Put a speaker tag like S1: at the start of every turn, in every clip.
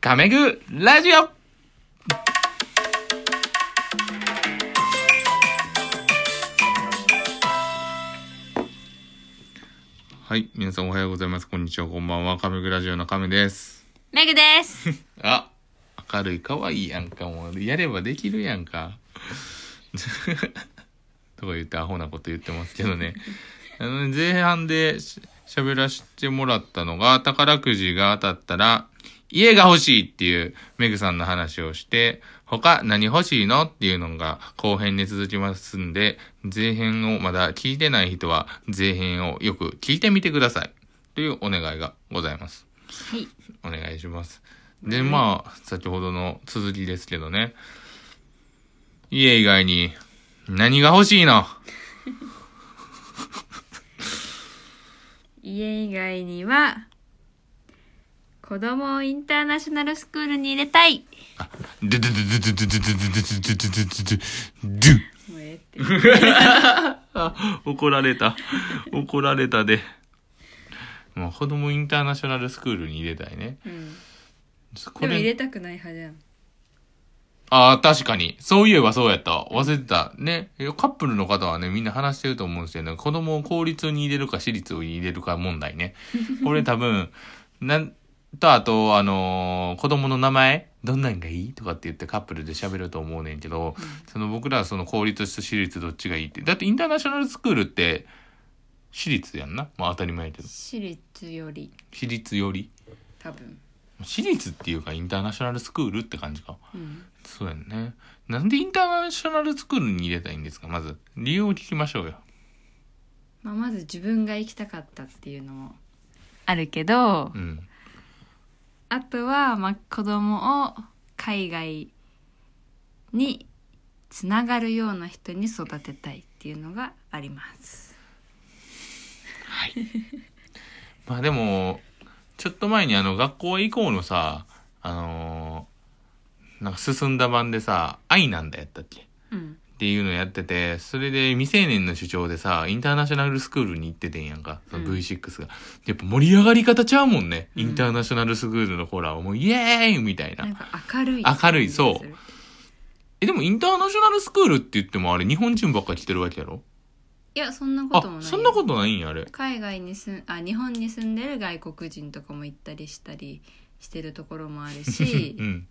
S1: カメグラジオはい、皆さんおはようございます。こんにちは、こんばんは。カメグラジオのカメです。
S2: メグです。
S1: あ、明るい、かわいいやんか。もう、やればできるやんか。 とか言ってアホなこと言ってますけどね。あのね前半でし喋らせてもらったのが、宝くじが当たったら、家が欲しいっていうメグさんの話をして、他何欲しいのっていうのが後編で続きますんで、前編をまだ聞いてない人は、前編をよく聞いてみてください。というお願いがございます。
S2: はい。
S1: お願いします。で、まあ、先ほどの続きですけどね。家以外に何が欲しいの
S2: 家以外には、子供をインターナショナルスクールに入れたい。
S1: ドゥドゥドゥドゥドゥドゥドゥドゥドゥドゥドゥドゥドゥ
S2: もうええって。
S1: あ、怒られた。怒られたで。もう子供インターナショナルスクールに入れたいね。
S2: うん。
S1: こ
S2: でも入れ
S1: れ、
S2: たくない派じゃん。
S1: ああ、確かに。そういえばそうやったわ。忘れてた。ね。カップルの方はね、みんな話してると思うんですけど、ね、子供を公立に入れるか私立を入れるか問題 ね。これ多分、なん、と、あと、あのー子供の名前、どんなんがいいとかって言ってカップルで喋ると思うねんけど、その僕らはその公立と私立どっちがいいって。だってインターナショナルスクールって、私立やんな。まあ当たり前やけど。
S2: 私立より、
S1: 私立より。
S2: 多分。
S1: 私立っていうかインターナショナルスクールって感じか。
S2: うん。
S1: そうやんね。なんでインターナショナルスクールに入れたいんですかまず。理由を聞きましょうよ。
S2: まあ、まず自分が行きたかったっていうのもあるけど、
S1: うん。
S2: あとは、まあ、子供を海外につながるような人に育てたいっていうのがあります。
S1: まあでも、ちょっと前にあの学校へ行こうのさ、あのーなんか進んだ版でさ、愛なんだやったっけ
S2: うん。
S1: っていうのやってて、それで未成年の主張でさ、インターナショナルスクールに行っててんやんか、その
S2: うん
S1: V6 が。やっぱ盛り上がり方ちゃうもんね。
S2: うん
S1: インターナショナルスクールのコーラはもうイエーイみたいな。
S2: なんか明るい。
S1: 明るいそうえ、でもインターナショナルスクールって言ってもあれ日本人ばっか来てるわけやろ
S2: いや、そんなこともな
S1: あ、
S2: い。
S1: そんなことないんや、あれ。
S2: 海外に住ん、あ、日本に住んでる外国人とかも行ったりしたりしてるところもあるし
S1: う、ん。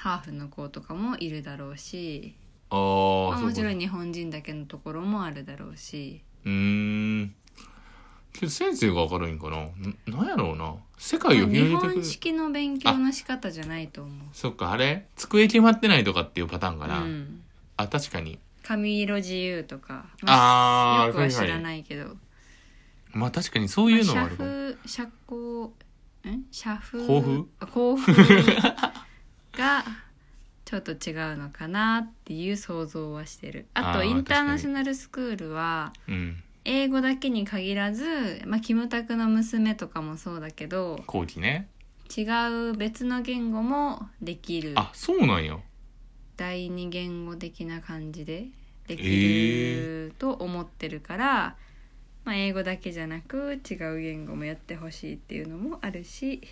S2: ハーフの子とかもいるだろうし、
S1: あ
S2: ま
S1: ー、
S2: あ、
S1: そう
S2: も
S1: か
S2: ち
S1: そう
S2: ろ
S1: か
S2: ん日本人だけのところもあるだろうし、
S1: うーん。けど先生が明るいんかなな、なんやろうな。世界を
S2: まあ
S1: 広
S2: 日
S1: げてく
S2: 本
S1: る。
S2: 式の勉強の仕方じゃないと思う。
S1: そっか、あれ机決まってないとかっていうパターンかな。
S2: うん
S1: あ、確かに。
S2: 髪色自由とか、
S1: あー、
S2: よくは知
S1: は
S2: ら
S1: いはい
S2: ないけど、
S1: まあ確かにそういうのも
S2: ま
S1: あ
S2: あ
S1: る
S2: 社
S1: かも。
S2: 風社交ん社風
S1: 校風
S2: あ校風がちょっと違うのかなっていう想像はしてるあ と
S1: あー
S2: インターナショナルスクールは
S1: うん。
S2: 英語だけに限らず、まあ、キムタクの娘とかもそうだけど
S1: 後期ね。
S2: 違う別の言語もできる
S1: あ、そうなんや。
S2: 第二言語的な感じでできると思ってるから、まあ、英語だけじゃなく違う言語もやってほしいっていうのもあるし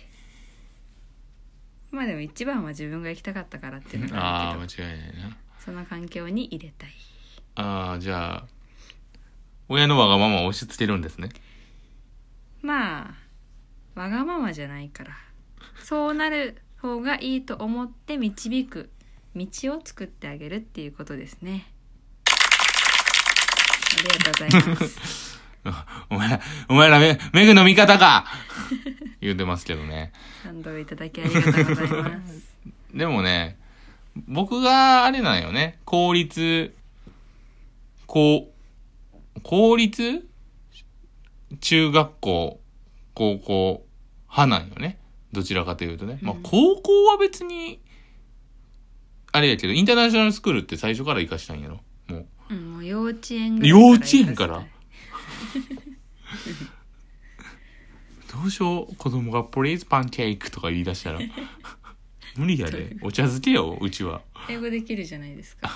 S2: まあでも一番は自分が行きたかったからっていうのがあ
S1: あ
S2: るけど
S1: ー、間違いないな。
S2: その環境に入れたい
S1: あー、じゃあ、親のわがままを押し付けるんですね。
S2: まあわがままじゃないからそうなる方がいいと思って導く道を作ってあげるっていうことですねありがとうございます
S1: お前ら、お前らめ、メグの味方 か言うてますけどね。
S2: 賛同いただきありがとうございます。
S1: でもね、僕があれなんよね。公立、こう、公立中学校、高校、派なんよね。どちらかというとね。まあ
S2: うん
S1: 高校は別に、あれやけど、インターナショナルスクールって最初から行かしたんやろ。もう。
S2: うん、もう幼稚園
S1: 幼稚園から どうしよう子供が「プリーズパンケーキ」とか言い出したら 無理やでお茶漬けようちは
S2: 英語できるじゃないですか。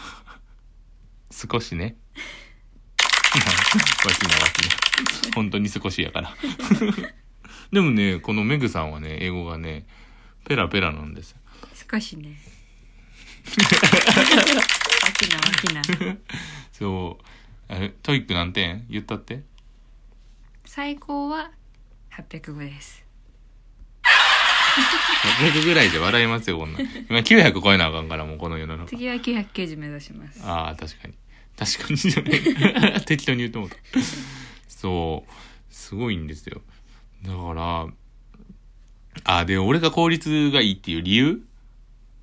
S1: 少しね わきなわき な本当に少しやからでもねこのメグさんはね英語がねペラペラなんです。
S2: 少 しねわきなわきな
S1: そう。あれ、トイック何点言ったって
S2: 最高は805です
S1: 100ぐらいで笑いますよ、こんなん。今900超えなあかんから、もうこの世の中。
S2: 次は990目指します
S1: ああ、確かに。確かにじゃない適当に言うと思った。そう。すごいんですよ。だから、あ、で、俺が効率がいいっていう理由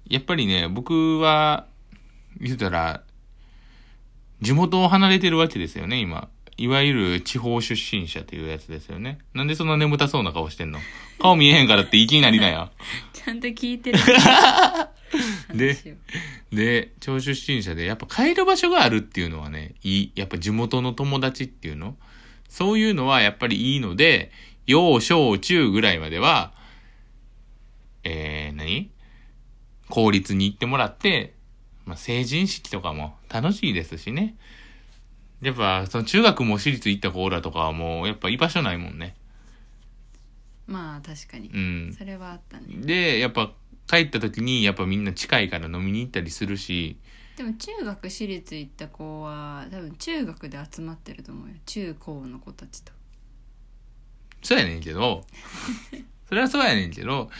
S1: やっぱりね、僕は、言うたら、地元を離れてるわけですよね、今。いわゆる地方出身者というやつですよね。なんでそんな眠たそうな顔してんの顔見えへんからっていきなりなや。
S2: ちゃんと聞いてる
S1: で
S2: 話を
S1: で、超出身者で、やっぱ帰る場所があるっていうのはね、いい。やっぱ地元の友達っていうのそういうのはやっぱりいいので、幼小中ぐらいまでは、えー、何公立に行ってもらって、まあ、成人式とかも楽しいですしね。やっぱ、その中学も私立行った子らとかはもう、やっぱ居場所ないもんね。
S2: まあ確かに
S1: う、ん。
S2: それはあったね
S1: で、やっぱ帰った時に、やっぱみんな近いから飲みに行ったりするし、
S2: でも中学私立行った子は多分中学で集まってると思うよ中高の子たちと
S1: そうやねんけど、それはそうやねんけど、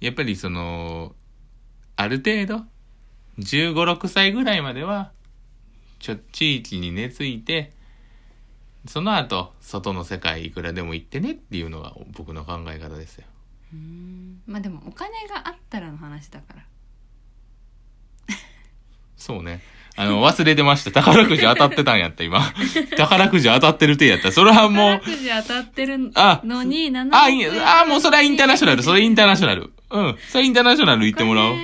S1: やっぱりその、ある程度、15、6歳ぐらいまでは、ちょ、地域に根付いて、その後、外の世界いくらでも行ってねっていうのが僕の考え方ですよ。
S2: うんまあでもお金があったらの話だから
S1: そうね。あの、忘れてました。宝くじ当たってたんやった、今。宝くじ当たってる手やった。それはもう
S2: 宝、くじ当たってる
S1: あ
S2: のに7
S1: あ、いい、あ、もうそれはインターナショナル、それインターナショナル。うん、それインターナショナル行ってもらおう。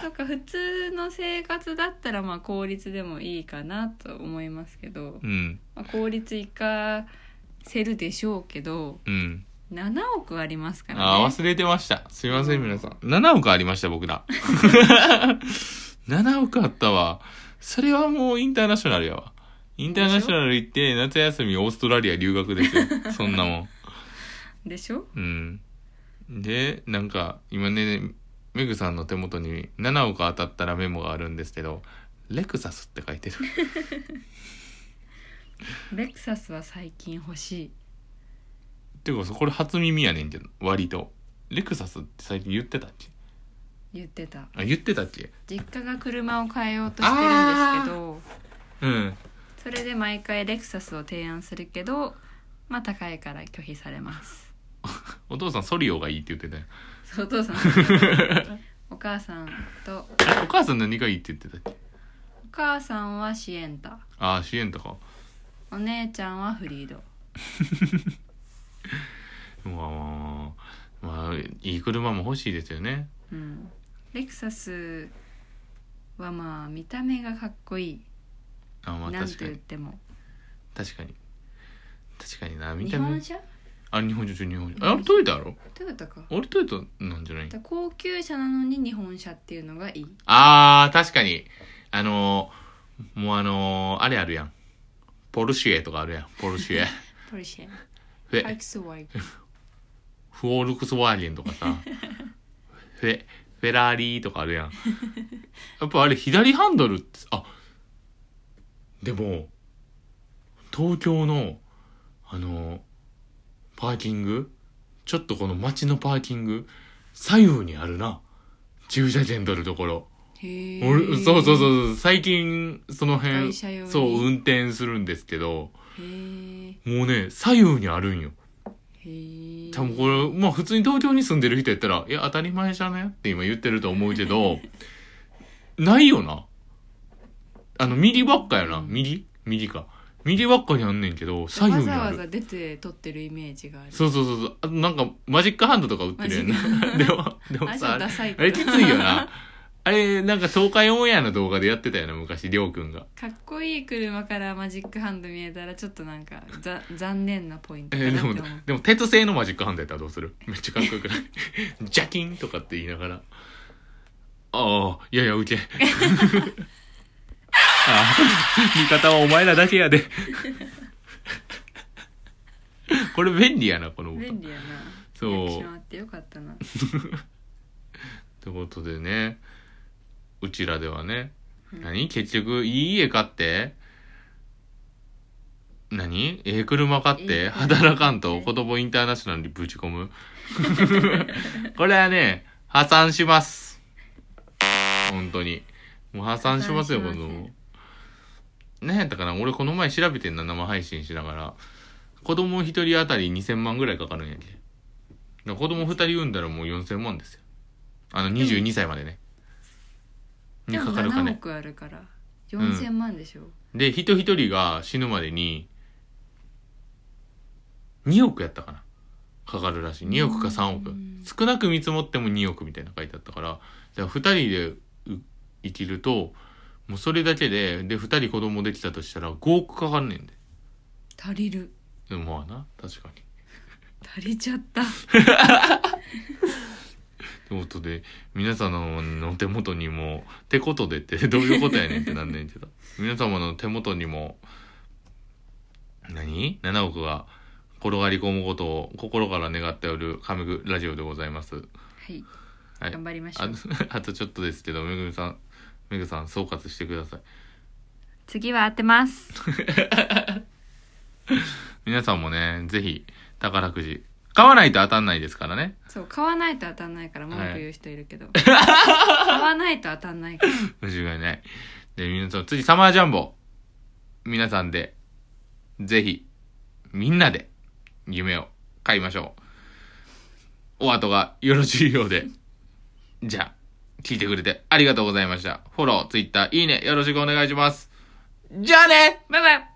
S2: とか普通の生活だったらまあ公立でもいいかなと思いますけど、
S1: うん、
S2: まあ、公立行かせるでしょうけど
S1: うん。
S2: 7億ありますからね
S1: ああ、忘れてました。すいません、皆さん。7億ありました、僕ら。7億あったわ。それはもうインターナショナルやわ。インターナショナル行って、夏休みオーストラリア留学ですよ。そんなもん。
S2: でしょ
S1: うん。で、なんか、今ね、メグさんの手元に7億当たったらメモがあるんですけど、レクサスって書いてる。
S2: レクサスは最近欲しい
S1: ていうか、これ初耳やねんけど、割と。レクサスって最近言ってたっけ
S2: 言ってた
S1: あ、言ってたっけ
S2: 実家が車を変えようとしてるんですけど
S1: うん。
S2: それで毎回レクサスを提案するけどまあ高いから拒否されます
S1: お父さんソリオがいいって言ってたよ。
S2: そうお父さ んお母さんと
S1: あ お母さん何がいいって言ってたっけ
S2: お母さんはシエンタ
S1: ああ支援とか
S2: お姉ちゃんはフリード
S1: まあまあまあまあいい車も欲しいですよね
S2: うんレクサスはまあ見た目がかっこいい、
S1: あまあ
S2: なん
S1: 確
S2: と
S1: か
S2: 言っ
S1: に
S2: ても
S1: 確かに確かにな見
S2: 日
S1: た目
S2: 本車
S1: あ日本車日本車あれトヨタやろ
S2: トヨタか
S1: 俺トヨタなんじゃない
S2: 高級車なのに日本車っていうのがいい
S1: あー確かにあのー、もうあのー、あれあるやんポルシェとかあるやんポルシ ェ
S2: ポルシェ
S1: フ
S2: ア
S1: ェ
S2: クスワイ
S1: フォールクスワーゲンとかさ フェフェラーリーとかあるやん やっぱあれ左ハンドルってあでも東京のあのパーキングちょっとこの街のパーキング左右にあるな駐車券取るところ、
S2: へ
S1: 俺そうそうそうそう最近その辺
S2: 外車用に
S1: そう運転するんですけど
S2: うへえ
S1: もうね左右にあるんよ
S2: へえ
S1: 多分これ、まあ普通に東京に住んでる人やったら、いや当たり前じゃねって今言ってると思うけど、ないよな。あの、右ばっかやな。
S2: うん
S1: 右右か。右ばっかにあんねんけど、左
S2: わ
S1: 右に
S2: ざ
S1: あ
S2: わ
S1: る。
S2: ざ出て撮ってるイメージがある
S1: そうそうそうそう。あとなんか、マジックハンドとか売ってるやんな。 でも、でも
S2: あじ
S1: さ、
S2: ゃあ
S1: あれ
S2: ダサい
S1: あれきついよな。あれ、なんか東海オンエアの動画でやってたよな、昔、りょうくんが。
S2: かっこいい車からマジックハンド見えたらちょっとなんかざ残念なポイント
S1: え
S2: かな
S1: ー
S2: って
S1: で
S2: 思
S1: も
S2: う、、
S1: でも鉄製のマジックハンドやったらどうするめっちゃかっこよくない ジャキンとかって言いながら。ああ、いやいや、ウケ。あ あ、味方はお前らだけやで。 これ便利やな、この音。
S2: 便利やな
S1: そう
S2: リアクションあってよかったな
S1: ってことでねうちらではね
S2: うん
S1: 何結局いい家買って何ええ車買っ
S2: い
S1: て
S2: い車
S1: 働かんと子供インターナショナルにぶち込 むこれはね破産します本当にもう破産しますよ
S2: 破
S1: こ
S2: 産します
S1: の何やったかな俺この前調べてんな生配信しながら子供一人当たり2000万ぐらいかかるんやけだから子供二人産んだらもう4000万ですよあの22歳までねに
S2: で
S1: か
S2: も
S1: かる
S2: 7
S1: 金
S2: 億あるから
S1: ん
S2: 4000万でしょ、
S1: で人一人が死ぬまでに2億やったかなかかるらしい2億か3億
S2: うん
S1: 少なく見積もっても2億みたいなの書いてあったからじゃあ2人でう生きるともうそれだけでで2人子供できたとしたら5億かかんねんで
S2: 足りる
S1: でもまあな確かに。
S2: 足りちゃった
S1: ということで皆様の手元にも「てことで」ってどういうことやねんってなんねんけど皆様の手元にも何 ?7 億が転がり込むことを心から願っておる神具ラジオでございます。
S2: はい、
S1: はい
S2: 頑張りましょ
S1: あ
S2: う
S1: あとちょっとですけどめぐみさんめぐさん総括してください。
S2: 次は当てます
S1: 皆さんもねぜひ宝くじ買わないと当たんないですからね。
S2: そう買わないと当たんないから文句言う人いる けど、買わないと当たんないから
S1: 間違いない。で、皆さん、次、サマージャンボ。皆さんで、ぜひ、みんなで、夢を買いましょう。お後がよろしいようで。 じゃあ、聞いてくれてありがとうございました。フォロー、ツイッター、いいね、よろしくお願いします。じゃあね
S2: バイバイ